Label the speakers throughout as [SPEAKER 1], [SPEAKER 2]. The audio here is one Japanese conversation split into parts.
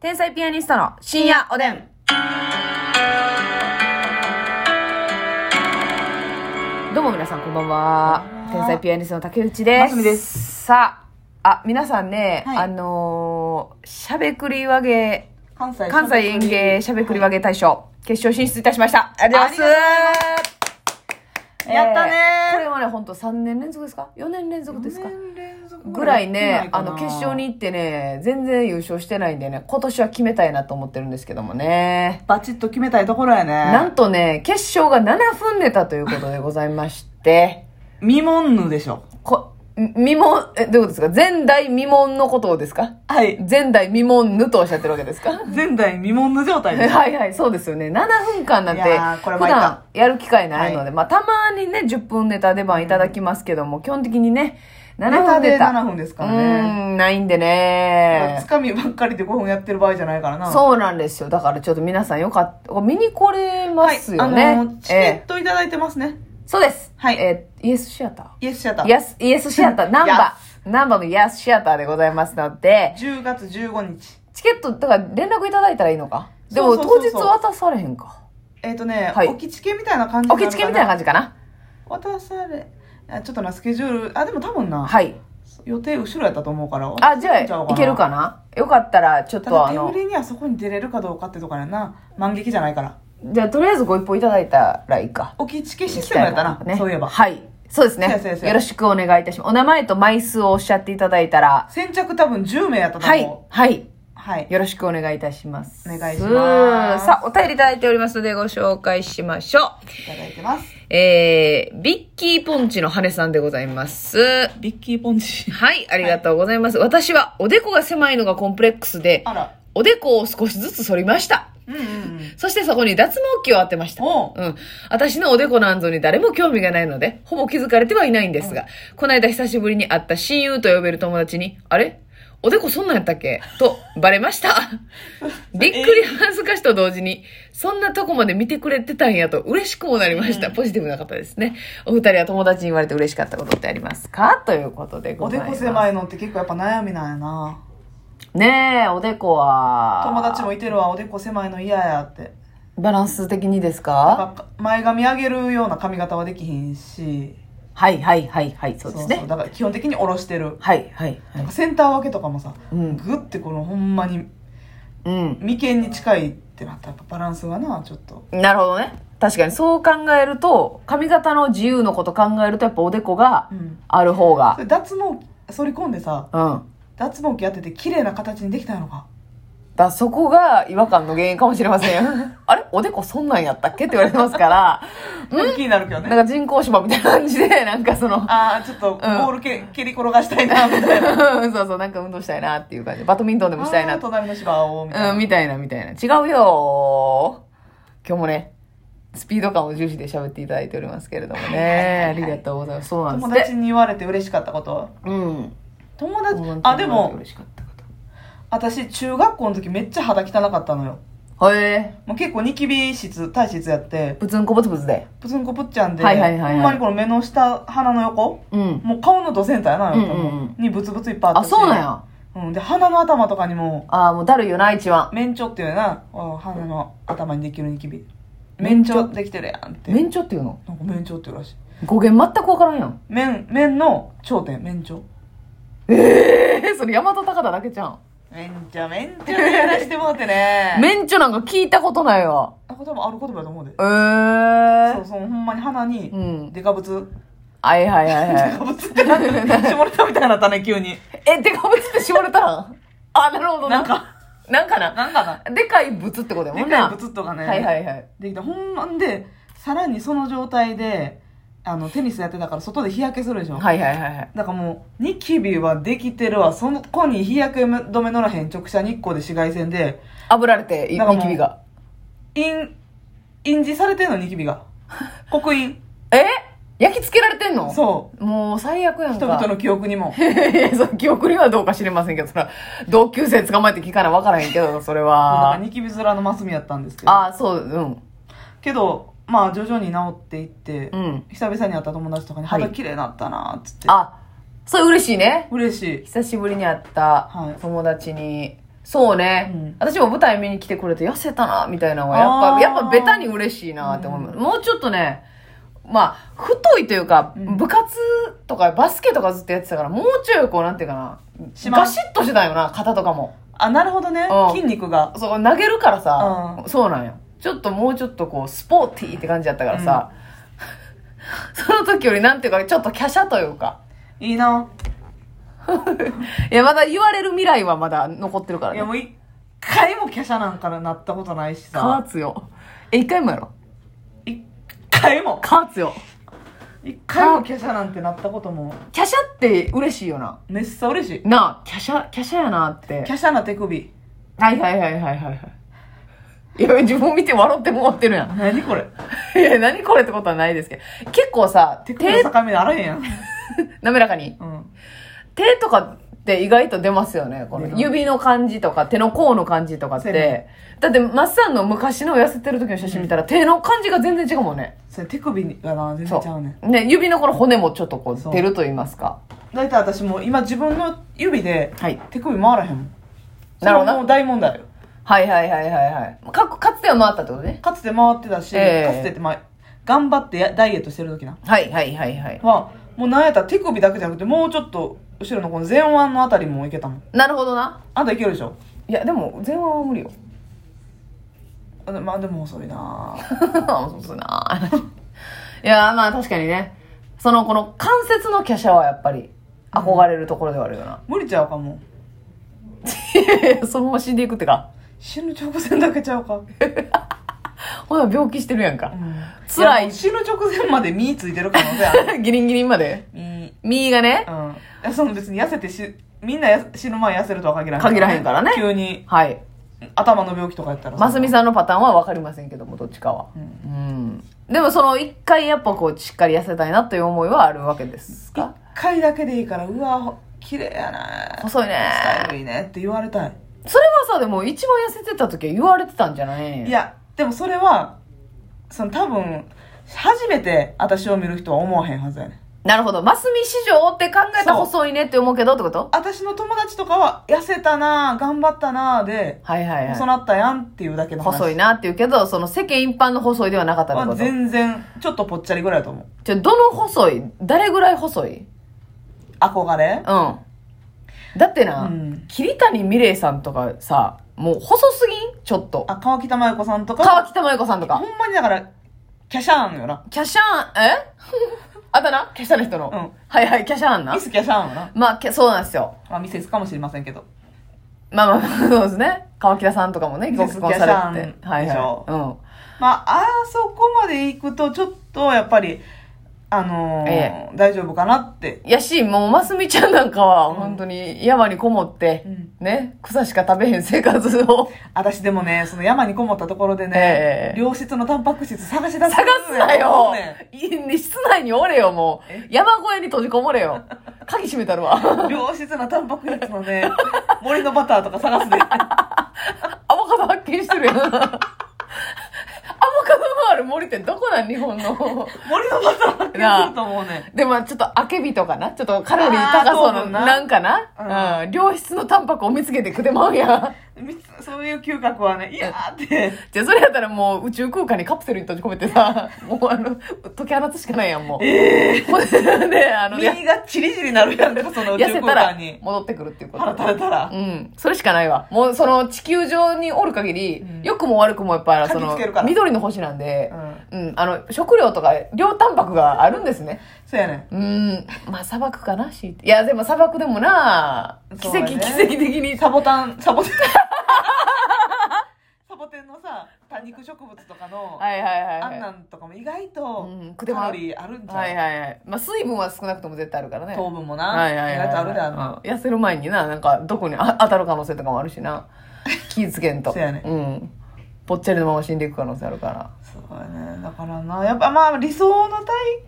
[SPEAKER 1] 天才ピアニストの深夜おでん。どうも皆さんこんばんは
[SPEAKER 2] こんばん。
[SPEAKER 1] 天
[SPEAKER 2] は
[SPEAKER 1] 才ピアニストの竹内です。。
[SPEAKER 2] ますみです
[SPEAKER 1] さあ、あ、皆さんね、
[SPEAKER 2] はい
[SPEAKER 1] あのー、しゃべくり和芸、
[SPEAKER 2] 関西
[SPEAKER 1] 関西園芸しゃべくり和芸大賞、決勝進出いたしました。ありがとうございます。
[SPEAKER 2] ありがとうございますやったねー
[SPEAKER 1] これはね、ほんと3年連続ですか ?4 年連続ですかぐ
[SPEAKER 2] ぐ
[SPEAKER 1] ら
[SPEAKER 2] ら
[SPEAKER 1] い
[SPEAKER 2] い
[SPEAKER 1] ね
[SPEAKER 2] ね、
[SPEAKER 1] あ
[SPEAKER 2] あ
[SPEAKER 1] の、
[SPEAKER 2] の、
[SPEAKER 1] 決
[SPEAKER 2] 決
[SPEAKER 1] 勝
[SPEAKER 2] 勝
[SPEAKER 1] に
[SPEAKER 2] に。
[SPEAKER 1] 行ってね、全然優勝してないんでね、今年は決めたいなと思ってるんですけどもね。
[SPEAKER 2] バチッと決めたいところやね。
[SPEAKER 1] なんとね、決勝が7分出たということでございまして、
[SPEAKER 2] 未聞ぬでしょ。
[SPEAKER 1] こ、未聞、え、どういうことですか前代未聞のことをですか
[SPEAKER 2] はい。
[SPEAKER 1] 前代未聞ぬとおっしゃってるわけ ですか
[SPEAKER 2] 前代未聞ぬ状態で す。
[SPEAKER 1] はいはい、そうですよね。7分間なんて、
[SPEAKER 2] いやーこれ
[SPEAKER 1] 普
[SPEAKER 2] 参った
[SPEAKER 1] 段やる機会ないので、
[SPEAKER 2] は
[SPEAKER 1] まあたまにね、10分ネタ出番いただきますけども、基本的にね、7
[SPEAKER 2] ネタ
[SPEAKER 1] 分
[SPEAKER 2] で
[SPEAKER 1] ネタ。
[SPEAKER 2] 7分です
[SPEAKER 1] う
[SPEAKER 2] からね。
[SPEAKER 1] ーん、ないんで
[SPEAKER 2] つ
[SPEAKER 1] ね。
[SPEAKER 2] かみばっかりで5分やってる場合じゃないからな。
[SPEAKER 1] そうなんですよ。だからちょっと皆さんよかった。これ見に来れ
[SPEAKER 2] は
[SPEAKER 1] ま
[SPEAKER 2] い
[SPEAKER 1] すよね。
[SPEAKER 2] あの、チケ
[SPEAKER 1] え
[SPEAKER 2] ットいただいてますね。
[SPEAKER 1] えそうです。
[SPEAKER 2] はい
[SPEAKER 1] えーイエスシアター。
[SPEAKER 2] イエスシアタ
[SPEAKER 1] イエ
[SPEAKER 2] ー。
[SPEAKER 1] ス、イエスシアター、ナンバー、ナンバーのイエスシアターでございますので、
[SPEAKER 2] 10月15日。
[SPEAKER 1] チケット、だから連絡いただいたらいいのか。で
[SPEAKER 2] そ
[SPEAKER 1] も
[SPEAKER 2] うそう
[SPEAKER 1] 当
[SPEAKER 2] そう
[SPEAKER 1] 日
[SPEAKER 2] そう
[SPEAKER 1] 渡されへんか。
[SPEAKER 2] えっとね
[SPEAKER 1] はい、
[SPEAKER 2] 置きチケみたいな感じ
[SPEAKER 1] お気付けみたいな感
[SPEAKER 2] じ。
[SPEAKER 1] じかな。
[SPEAKER 2] 渡され、あちょっとな、スケジュール、あ、でも多分な、
[SPEAKER 1] はい。
[SPEAKER 2] 予定後ろやったと思うから。
[SPEAKER 1] あ、じゃあ、
[SPEAKER 2] ちう
[SPEAKER 1] いけるかな。よかったら、ちょったと
[SPEAKER 2] だ
[SPEAKER 1] あ
[SPEAKER 2] 手
[SPEAKER 1] の
[SPEAKER 2] 売、りにはそこに出れるかどうかってとこやな満劇じゃないから
[SPEAKER 1] じゃあとりあえずご一報いただいたらいいか。
[SPEAKER 2] 置きチケシステムやったな、
[SPEAKER 1] ね
[SPEAKER 2] そういえば
[SPEAKER 1] はい。そうですね
[SPEAKER 2] そうやそうやそう。や
[SPEAKER 1] よろしくお願いいたします。お名前と枚数をおっしゃっていただいたら、
[SPEAKER 2] 先着多分10名やったと
[SPEAKER 1] はい
[SPEAKER 2] 思。
[SPEAKER 1] はい。
[SPEAKER 2] うはい、
[SPEAKER 1] よろしくお願いいたします。
[SPEAKER 2] お願いします
[SPEAKER 1] さあ、お便りいただいておりますのでご紹介しましょう。
[SPEAKER 2] いただいてます
[SPEAKER 1] えー、ビッキーポンチの羽根さんでございます。
[SPEAKER 2] ビッキーポンチ
[SPEAKER 1] はい、ありがとうございます。私はおでこが狭いのがコンプレックスで
[SPEAKER 2] あ、ら
[SPEAKER 1] おでこを少しずつ剃りました。
[SPEAKER 2] うんうんうん
[SPEAKER 1] そしてそこに脱毛器を当てました。
[SPEAKER 2] おう
[SPEAKER 1] うん。私のおでこなんぞに誰も興味がないので、ほぼ気づかれてはいないんですが、この間久しぶりに会った親友と呼べる友達に、あれおでこそんなんやったっけと、バレました。 びっくり恥ずかしと同時に、そんなとこまで見てくれてたんやと嬉しくもなりました。ポジティブな方ですね。お二人は友達に言われて嬉しかったことってありますかということでご
[SPEAKER 2] お
[SPEAKER 1] ざ
[SPEAKER 2] で
[SPEAKER 1] います。
[SPEAKER 2] こ狭いのって結構やっぱ悩みなんやな
[SPEAKER 1] ねえ、おでこは。
[SPEAKER 2] 友達もいてるわおでこ狭いの嫌やって
[SPEAKER 1] バランス的にですか
[SPEAKER 2] なんか前髪上げるような髪型はできひんし
[SPEAKER 1] はいはいはいはい、そうですね。
[SPEAKER 2] だから基本的に下ろしてる
[SPEAKER 1] はいはいは
[SPEAKER 2] ないんか。センター分けとかもさ、
[SPEAKER 1] うん
[SPEAKER 2] グッてこのほんまに
[SPEAKER 1] うん。
[SPEAKER 2] 眉間に近いってなったらやっぱバランスがなちょっと
[SPEAKER 1] なるほどね。確かにそう考えると、髪型の自由のこと考えると、やっぱおでこが
[SPEAKER 2] うん
[SPEAKER 1] ある方が
[SPEAKER 2] そ。れ脱毛剃り込んでさ
[SPEAKER 1] うん。
[SPEAKER 2] 脱毛器やってて綺麗な形にできたのか
[SPEAKER 1] だそこが違和感の原因かもしれませんよ。 あれおでこそんなんやったっけって言われてますから、
[SPEAKER 2] 気になるけど
[SPEAKER 1] なん
[SPEAKER 2] ね
[SPEAKER 1] か人工芝みたいな感じで、なんかその、
[SPEAKER 2] ああちょっとボールけ、蹴り転がしたいなみたいな
[SPEAKER 1] うんそうそう、なんか運動したいなっていう感じで、バドミントンでもしたいな
[SPEAKER 2] あ
[SPEAKER 1] っ
[SPEAKER 2] ー隣の芝をみたいな、
[SPEAKER 1] うん、みたいな、みたいな。違うよー今日もね、スピード感を重視で喋っていただいておりますけれどもね。ありがとうございます。そうなんです
[SPEAKER 2] 友
[SPEAKER 1] ね
[SPEAKER 2] 達に言われて嬉しかったこと
[SPEAKER 1] うん。
[SPEAKER 2] 友達あでも
[SPEAKER 1] 嬉しかったこ
[SPEAKER 2] 私中学校の時めっちゃ肌汚かったのよ
[SPEAKER 1] と。へえ
[SPEAKER 2] もう結構ニキビ質体質やって
[SPEAKER 1] ー。ぶつんこぶつぶつで。
[SPEAKER 2] プツンコプッチャンで、
[SPEAKER 1] はいはいはいはい
[SPEAKER 2] ほんまにこの目の下鼻の横
[SPEAKER 1] うん。
[SPEAKER 2] もう顔のドセンターやな、
[SPEAKER 1] うんうんうん
[SPEAKER 2] にブツブツいっぱいあった
[SPEAKER 1] あ、
[SPEAKER 2] し
[SPEAKER 1] そうなんや。
[SPEAKER 2] うん、で鼻の頭とかにも
[SPEAKER 1] あー、もうだるいよな、一番。
[SPEAKER 2] 免許っていうなあ鼻の頭にできるニキビ
[SPEAKER 1] 免
[SPEAKER 2] 免
[SPEAKER 1] 許
[SPEAKER 2] 許できてるやんって
[SPEAKER 1] 免許っていうの
[SPEAKER 2] なんか免許っていうらしい
[SPEAKER 1] 語源全くわからんやん。
[SPEAKER 2] 免免の頂点免許
[SPEAKER 1] ええー、それ、大和高田だけじゃん。
[SPEAKER 2] 免許免許って言らしてもらってね
[SPEAKER 1] 免許なんか聞いたことないわ。
[SPEAKER 2] あ言葉ある言葉やと思うで
[SPEAKER 1] ええ
[SPEAKER 2] そう
[SPEAKER 1] ー。
[SPEAKER 2] そうほんまに鼻に
[SPEAKER 1] うん。
[SPEAKER 2] デカブツ
[SPEAKER 1] はいはいはい
[SPEAKER 2] デ
[SPEAKER 1] はい。
[SPEAKER 2] カブツってなんか下ネタみたいになったね急に
[SPEAKER 1] え、でかぶつって絞れたん あ、なるほど
[SPEAKER 2] なん。か
[SPEAKER 1] なんかな。
[SPEAKER 2] なんかな
[SPEAKER 1] でかいぶつってことやも
[SPEAKER 2] で
[SPEAKER 1] ん
[SPEAKER 2] か
[SPEAKER 1] な。
[SPEAKER 2] いブツとかね
[SPEAKER 1] はいはいはい。
[SPEAKER 2] できたほんまんでさらにその状態であのテニスやってたから外で日焼けするでしょ
[SPEAKER 1] はいはいはいはい。
[SPEAKER 2] だからもう、ニキビはできてるわ。その子に日焼け止めのらへん直射日光で紫外線で、
[SPEAKER 1] 炙られて、い
[SPEAKER 2] なんか
[SPEAKER 1] ニ
[SPEAKER 2] もう
[SPEAKER 1] キビが。
[SPEAKER 2] 印、印字されてんの、ニキビが。刻印。
[SPEAKER 1] え焼き付けられてんの
[SPEAKER 2] そ
[SPEAKER 1] もう最悪や
[SPEAKER 2] う。
[SPEAKER 1] ん
[SPEAKER 2] 人々
[SPEAKER 1] か。
[SPEAKER 2] の記憶に も。
[SPEAKER 1] いやその記憶にはどうか知りませんけど、それは同級生捕まえて聞かなわからへんけど、それ
[SPEAKER 2] なんか
[SPEAKER 1] は。
[SPEAKER 2] ニキビ面のマスミやったんですけど。
[SPEAKER 1] あ、そう、うん。
[SPEAKER 2] けど、まあ徐々に治っていって、
[SPEAKER 1] うん。
[SPEAKER 2] 久々に会った友達とかに
[SPEAKER 1] はい
[SPEAKER 2] 肌綺麗になったなっつって。
[SPEAKER 1] あ、それ嬉しいね。
[SPEAKER 2] 嬉しい。
[SPEAKER 1] 久しぶりに会った
[SPEAKER 2] はい
[SPEAKER 1] 友達に、そうね、
[SPEAKER 2] うん
[SPEAKER 1] 私も舞台見に来てくれて痩せたなみたいなのはやっ
[SPEAKER 2] あ
[SPEAKER 1] ぱ
[SPEAKER 2] ー
[SPEAKER 1] やっぱベタに嬉しいなって思う、
[SPEAKER 2] うん
[SPEAKER 1] もうちょっとねまあ太いというか、
[SPEAKER 2] うん
[SPEAKER 1] 部活とかバスケとかずっとやってたからもうちょいこうなんていうかな
[SPEAKER 2] しま
[SPEAKER 1] ガシッとしてたよな肩とかも
[SPEAKER 2] あ、なるほどね
[SPEAKER 1] うん。
[SPEAKER 2] 筋肉が。
[SPEAKER 1] そう投げるからさ、
[SPEAKER 2] う
[SPEAKER 1] そうなんよちょっともうちょっとこうスポーティーって感じだったからさ、 その時よりなんていうかちょっと華奢というか
[SPEAKER 2] いいな。
[SPEAKER 1] いやまだ言われる未来はまだ残ってるから
[SPEAKER 2] い
[SPEAKER 1] ね
[SPEAKER 2] や、もう一回も華奢なんからなったことないし
[SPEAKER 1] カー
[SPEAKER 2] さ。
[SPEAKER 1] ツよえ一回もやろ
[SPEAKER 2] 一回も。
[SPEAKER 1] カーツよ
[SPEAKER 2] 一回も華奢なんてなったことも、
[SPEAKER 1] キャシャって嬉しいよな。
[SPEAKER 2] めっさ嬉しい。
[SPEAKER 1] なあ、キャシャ、キャシャやなって。
[SPEAKER 2] 華奢な手首。
[SPEAKER 1] はいはいはいはいはいはい。いや、自分見て笑ってもらってるやん。
[SPEAKER 2] 何これ。
[SPEAKER 1] いや、何これってことはないですけど。結構さ、
[SPEAKER 2] 手
[SPEAKER 1] 手、
[SPEAKER 2] 首の境目であらへんやん。
[SPEAKER 1] 滑らかに。
[SPEAKER 2] うん。
[SPEAKER 1] 手とかって意外と出ますよね。こ
[SPEAKER 2] 出
[SPEAKER 1] の
[SPEAKER 2] る
[SPEAKER 1] 指の感じとか、手の甲の感じとかっ
[SPEAKER 2] そうや
[SPEAKER 1] て。だって、マッサンの昔の痩せてる時の写真見たら、手の感じが全然違うもんね。
[SPEAKER 2] それ手首がな、全
[SPEAKER 1] そ
[SPEAKER 2] 然ちゃうねん。
[SPEAKER 1] う。ね、指のこの骨もちょっとこ、
[SPEAKER 2] そうう
[SPEAKER 1] 出ると言いますか。
[SPEAKER 2] だいたい私もう今自分の指で
[SPEAKER 1] はい
[SPEAKER 2] 手首回らへんもん。
[SPEAKER 1] なるほど
[SPEAKER 2] それはもう大問題よ。
[SPEAKER 1] はいはいはいはいはい。か、かつては回ったってことね。
[SPEAKER 2] かつて回ってたし、
[SPEAKER 1] ええ
[SPEAKER 2] かつてってまあ、頑張ってやダイエットしてる時な。
[SPEAKER 1] はいはいはいはい。
[SPEAKER 2] は、もうなんやったら手首だけじゃなくて、もうちょっと後ろのこの前腕のあたりもいけたもん。
[SPEAKER 1] なるほどな。
[SPEAKER 2] あんたいけるでしょ
[SPEAKER 1] いや、でも、前腕は無理よ。
[SPEAKER 2] あでまあでも遅いなぁ
[SPEAKER 1] そうっすな。 いや、まあ確かにね。その、この関節の華奢はやっぱり、憧れるところではあるよな。
[SPEAKER 2] 無理ちゃうかも。
[SPEAKER 1] そのまま死んで いくってか。
[SPEAKER 2] 死ぬ直前だけちゃうか。
[SPEAKER 1] ほな、病気してるやん
[SPEAKER 2] う
[SPEAKER 1] か。
[SPEAKER 2] ん
[SPEAKER 1] 辛い
[SPEAKER 2] やもう死ぬ直前まで身ついてる可能性ある。
[SPEAKER 1] ギリンギリンまで。
[SPEAKER 2] 身。
[SPEAKER 1] 右がね
[SPEAKER 2] う。ん。いや、その別に痩せてし、みんなや死ぬ前痩せるとは限らへん。
[SPEAKER 1] 限らへんからね
[SPEAKER 2] 急に
[SPEAKER 1] はい。
[SPEAKER 2] 頭の病気とかやったら。
[SPEAKER 1] ますみさんのパターンは分かりませんけども、どっちかは。
[SPEAKER 2] うん。
[SPEAKER 1] うん。でもその、一回やっぱこう、しっかり痩せたいなという思いはあるわけです
[SPEAKER 2] 一
[SPEAKER 1] か
[SPEAKER 2] 回だけでいいから、うわ、ほ綺麗やな
[SPEAKER 1] 細いね。
[SPEAKER 2] スタイルいいねって言われたい。
[SPEAKER 1] それはさ、でも一番痩せてた時は言われてたんじゃない
[SPEAKER 2] いや、でもそれは、その多分、初めて私を見る人は思わへんはずやねん。
[SPEAKER 1] なるほど。マスミ市場って考えたら
[SPEAKER 2] そう
[SPEAKER 1] 細いねって思うけどってこと
[SPEAKER 2] 私の友達とかは、痩せたな頑張ったなで、
[SPEAKER 1] はいはい
[SPEAKER 2] 細
[SPEAKER 1] はい。
[SPEAKER 2] なったやんっていうだけの話。
[SPEAKER 1] 細いなって言うけど、その世間一般の細いではなかったって
[SPEAKER 2] ま
[SPEAKER 1] こ
[SPEAKER 2] あ
[SPEAKER 1] と。
[SPEAKER 2] 全然、ちょっとぽっちゃりぐらいだと思う。
[SPEAKER 1] じゃ、どの細い誰ぐらい細いうん。
[SPEAKER 2] 憧れ
[SPEAKER 1] だってな、
[SPEAKER 2] うん
[SPEAKER 1] 桐谷美玲さんとかさ、もう細すぎんちょっと。
[SPEAKER 2] あ、川北麻由子さんと
[SPEAKER 1] 川
[SPEAKER 2] か、
[SPEAKER 1] 北麻由子さんとか。
[SPEAKER 2] ほんまにだから、キャシャーンよな。
[SPEAKER 1] キャシャーン、 えあだ名キャシャーの人の。
[SPEAKER 2] うん
[SPEAKER 1] はいはい、キャシャーンな
[SPEAKER 2] ミ。スキャシャーンよな。
[SPEAKER 1] まあ、キャそうなんですよ。
[SPEAKER 2] まあ、ミセスかもしれませんけど。
[SPEAKER 1] まあまあまあ、そうですね。川北さんとかもね、
[SPEAKER 2] ミ
[SPEAKER 1] ご
[SPEAKER 2] セス
[SPEAKER 1] 結婚され
[SPEAKER 2] キャ
[SPEAKER 1] て
[SPEAKER 2] シャーンで
[SPEAKER 1] て。はい
[SPEAKER 2] しょ
[SPEAKER 1] はい。うん。
[SPEAKER 2] まあ、あそこまで行くと、ちょっと、やっぱり、あのー
[SPEAKER 1] え
[SPEAKER 2] 大丈夫かなって。
[SPEAKER 1] やし、もう、ますみちゃんなんかは、
[SPEAKER 2] うん
[SPEAKER 1] 本当に山にこもって、
[SPEAKER 2] うん
[SPEAKER 1] ね、草しか食べへん生活を
[SPEAKER 2] 私でもね、その山にこもったところで
[SPEAKER 1] え
[SPEAKER 2] ね、
[SPEAKER 1] え
[SPEAKER 2] 良質のタンパク質探し出すのね
[SPEAKER 1] 探すなよ、
[SPEAKER 2] ね
[SPEAKER 1] いい室内におれよ、もう
[SPEAKER 2] え。
[SPEAKER 1] 山小屋に閉じこもれよ。鍵閉めたるわ。
[SPEAKER 2] 良質なタンパク質のね、森のバターとか探すで。
[SPEAKER 1] アボカド発見してるやん。アボカドのある森ってどこなん日本の。
[SPEAKER 2] 森のバター発見すると思うね。
[SPEAKER 1] でも、ちょっと、あけびとかな。ちょっと、カロリー高そう
[SPEAKER 2] あー
[SPEAKER 1] な、
[SPEAKER 2] そうだな
[SPEAKER 1] なんかな。うん。良質のタンパクを見つけてくてまうやん。
[SPEAKER 2] みそういう嗅覚はね、いやーって。
[SPEAKER 1] じゃあ、それやったらもう宇宙空間にカプセルに閉じ込めてさ、もうあの、解き放つしかないやん、 もう。ええで、あ の、や
[SPEAKER 2] 耳がチリチリなるやんか、その宇
[SPEAKER 1] 痩
[SPEAKER 2] 宙
[SPEAKER 1] せた
[SPEAKER 2] 空
[SPEAKER 1] ら
[SPEAKER 2] 間に。
[SPEAKER 1] 戻ってくるっていうこ
[SPEAKER 2] 腹
[SPEAKER 1] と。
[SPEAKER 2] 垂れたら
[SPEAKER 1] う。ん。それしかないわ。もう、その、地球上におる限り
[SPEAKER 2] うん、
[SPEAKER 1] 良、くも悪くもやっぱ、そ
[SPEAKER 2] 嗅
[SPEAKER 1] の
[SPEAKER 2] ぎつけるか、ら
[SPEAKER 1] 緑の星なんで
[SPEAKER 2] う、ん。
[SPEAKER 1] うん、あの、食料とか、量タンパクがあるんですね。
[SPEAKER 2] そうやねん。
[SPEAKER 1] うん。まあ、砂漠かな、しいて。いや、でも砂漠でもな、奇
[SPEAKER 2] そう
[SPEAKER 1] 跡、
[SPEAKER 2] だ
[SPEAKER 1] 奇
[SPEAKER 2] ね
[SPEAKER 1] 跡的に。
[SPEAKER 2] サボタン、サボテン。 サボテンのさ、多肉植物とかの、
[SPEAKER 1] はいはいはい、
[SPEAKER 2] あ
[SPEAKER 1] はい。
[SPEAKER 2] んなんとかも意外
[SPEAKER 1] う
[SPEAKER 2] と
[SPEAKER 1] ん、食って
[SPEAKER 2] カ
[SPEAKER 1] もらう
[SPEAKER 2] ロリーあるんちゃう、
[SPEAKER 1] はいはいはい。まあ、水分は少なくとも絶対あるからね。
[SPEAKER 2] 糖分もな、
[SPEAKER 1] はいはいはい、
[SPEAKER 2] 意外とあるであんな
[SPEAKER 1] うん痩せる前にななんかどこにあ当たる可能性とかもあるし な気ぃつけんと
[SPEAKER 2] そうやね
[SPEAKER 1] んぽっちゃりのまま死んでいく可能性あるから、
[SPEAKER 2] そうやねだからなやっぱまあ理想の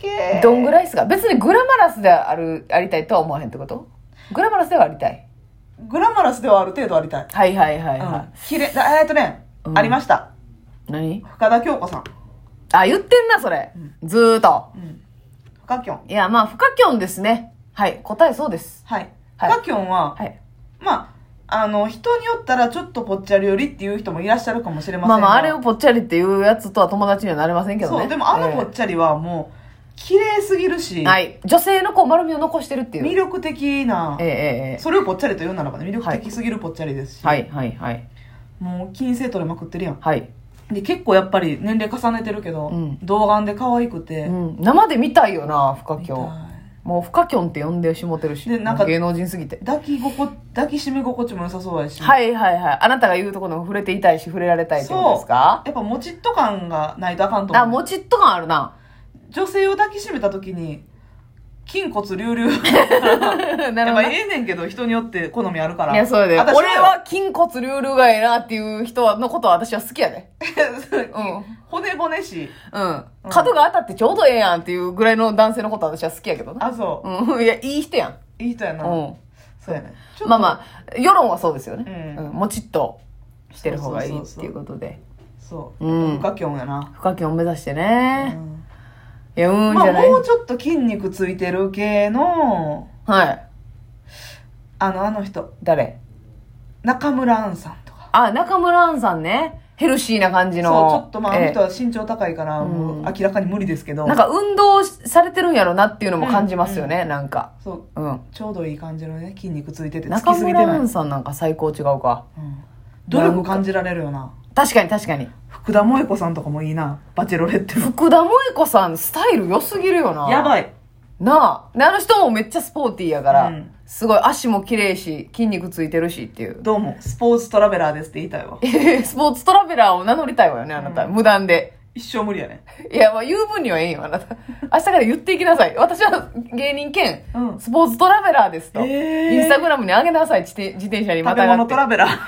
[SPEAKER 2] 体型
[SPEAKER 1] どんぐ
[SPEAKER 2] ら
[SPEAKER 1] ら
[SPEAKER 2] い
[SPEAKER 1] いですか別にグラマラスであるありたいとは思わへんってことグラマラスではありたい
[SPEAKER 2] グラマラスではある程度ありたい、
[SPEAKER 1] はいはいはい
[SPEAKER 2] うん
[SPEAKER 1] は
[SPEAKER 2] 綺麗だえーっとね、
[SPEAKER 1] うん
[SPEAKER 2] ありました
[SPEAKER 1] い、何
[SPEAKER 2] 深田恭子さん、
[SPEAKER 1] あ言ってんなそれ、ずーっと
[SPEAKER 2] うん、深きょん
[SPEAKER 1] いやまあ不可キョンですねはい答えそうです
[SPEAKER 2] はい
[SPEAKER 1] はい
[SPEAKER 2] 深きょんは、
[SPEAKER 1] はい
[SPEAKER 2] まああの、人によったらちょっとぽっちゃりよりっていう人もいらっしゃるかもしれませ
[SPEAKER 1] ま
[SPEAKER 2] んが
[SPEAKER 1] あまあ、あれをぽっちゃりっていうやつとは友達にはなれませんけどね。
[SPEAKER 2] そう、でもあのぽっちゃりはもう、綺麗すぎるし、
[SPEAKER 1] ええはい。女性のこう丸みを残してるっていう。
[SPEAKER 2] 魅力的な
[SPEAKER 1] ええ、えええ
[SPEAKER 2] それをぽっちゃりと言うならばね、魅力的すぎるぽっちゃりですし、
[SPEAKER 1] えはい、はい、はい。
[SPEAKER 2] もう金星取れまくってるやん。
[SPEAKER 1] はい。
[SPEAKER 2] で、結構やっぱり年齢重ねてるけど、
[SPEAKER 1] うん
[SPEAKER 2] 童顔で可愛くて、
[SPEAKER 1] うん。生で見たいよな、フカキョン。
[SPEAKER 2] はい
[SPEAKER 1] もうフカキョンって呼んでしもてるし。
[SPEAKER 2] でなんか
[SPEAKER 1] 芸能人すぎて。
[SPEAKER 2] 抱き心抱きしめ心地も良さそうやし、
[SPEAKER 1] はい、はい、はい。あなたが言うところの触れていたいし、触れられたいってことですか
[SPEAKER 2] やっぱもちっと感がないとあかんと
[SPEAKER 1] あ、
[SPEAKER 2] 思う
[SPEAKER 1] もちっと感あるな。
[SPEAKER 2] 女性を抱きしめた時に筋 骨隆々
[SPEAKER 1] なる
[SPEAKER 2] やっ
[SPEAKER 1] ほ
[SPEAKER 2] ぱ
[SPEAKER 1] ど。
[SPEAKER 2] ええねんけど人によって好みあるから
[SPEAKER 1] いや、そうやで。
[SPEAKER 2] 私
[SPEAKER 1] 俺は筋骨ルールがええなっていう人はのことは私は好きやで。 うん。
[SPEAKER 2] 骨骨し
[SPEAKER 1] うん。角が当たってちょうどええやんっていうぐらいの男性のことは私は好きやけどな。
[SPEAKER 2] あそう
[SPEAKER 1] うん。いや、いい人やん。
[SPEAKER 2] いい人や
[SPEAKER 1] う
[SPEAKER 2] な、
[SPEAKER 1] ん。
[SPEAKER 2] そうやねちょっと
[SPEAKER 1] まあまあ、世論はそうですよね。
[SPEAKER 2] うん
[SPEAKER 1] うん。もちっとしてる方がいいっていうことで。
[SPEAKER 2] そう
[SPEAKER 1] うん
[SPEAKER 2] 不可教やな、
[SPEAKER 1] 不可を目指して
[SPEAKER 2] う
[SPEAKER 1] ね。
[SPEAKER 2] ん
[SPEAKER 1] いや、うんじ
[SPEAKER 2] まあ
[SPEAKER 1] ゃない
[SPEAKER 2] も。うちょっと筋肉ついてる系の
[SPEAKER 1] はい。
[SPEAKER 2] あのあの人
[SPEAKER 1] 誰
[SPEAKER 2] 中村アンさんとか
[SPEAKER 1] あ、中村アンさんね。ヘルシーな感じ
[SPEAKER 2] そうち
[SPEAKER 1] の。
[SPEAKER 2] ょっとまああの人
[SPEAKER 1] え
[SPEAKER 2] は身長高いからもう
[SPEAKER 1] うん
[SPEAKER 2] 明らかに無理ですけど、
[SPEAKER 1] えなんか運動されてるんやろなっていうのも感じますよね、なんか。
[SPEAKER 2] そう
[SPEAKER 1] うん。
[SPEAKER 2] ちょうどいい感じのね筋肉ついててつ
[SPEAKER 1] 中
[SPEAKER 2] きすぎて
[SPEAKER 1] 村
[SPEAKER 2] な
[SPEAKER 1] ア
[SPEAKER 2] い、う
[SPEAKER 1] ン
[SPEAKER 2] ん、
[SPEAKER 1] さんなんか最高違うか。
[SPEAKER 2] 努力感じられるよな
[SPEAKER 1] 確かに確かに。
[SPEAKER 2] 福田萌子さんとかもいいなバチェロレッテの
[SPEAKER 1] 福田萌子さんスタイル良すぎるよな。
[SPEAKER 2] やば
[SPEAKER 1] い。
[SPEAKER 2] い
[SPEAKER 1] なあ。であの人もめっちゃスポーティーやから、
[SPEAKER 2] うん
[SPEAKER 1] すごい足も綺麗し、筋肉ついてるしっていう。
[SPEAKER 2] どうもスポーツトラベラーですって言いたいわ
[SPEAKER 1] えースポーツトラベラーを名乗りたいわよね、あなた。
[SPEAKER 2] う
[SPEAKER 1] 無断で。
[SPEAKER 2] 一生無理やね
[SPEAKER 1] いや、まあ言う分にはええんよ、あなた。明日から言っていきなさい。私は芸人兼、
[SPEAKER 2] うん
[SPEAKER 1] スポーツトラベラーですと。
[SPEAKER 2] えー
[SPEAKER 1] インスタグラムに上げなさい、自転自転車にま
[SPEAKER 2] 食
[SPEAKER 1] た
[SPEAKER 2] べ
[SPEAKER 1] が
[SPEAKER 2] 物
[SPEAKER 1] って
[SPEAKER 2] ト。ラベラー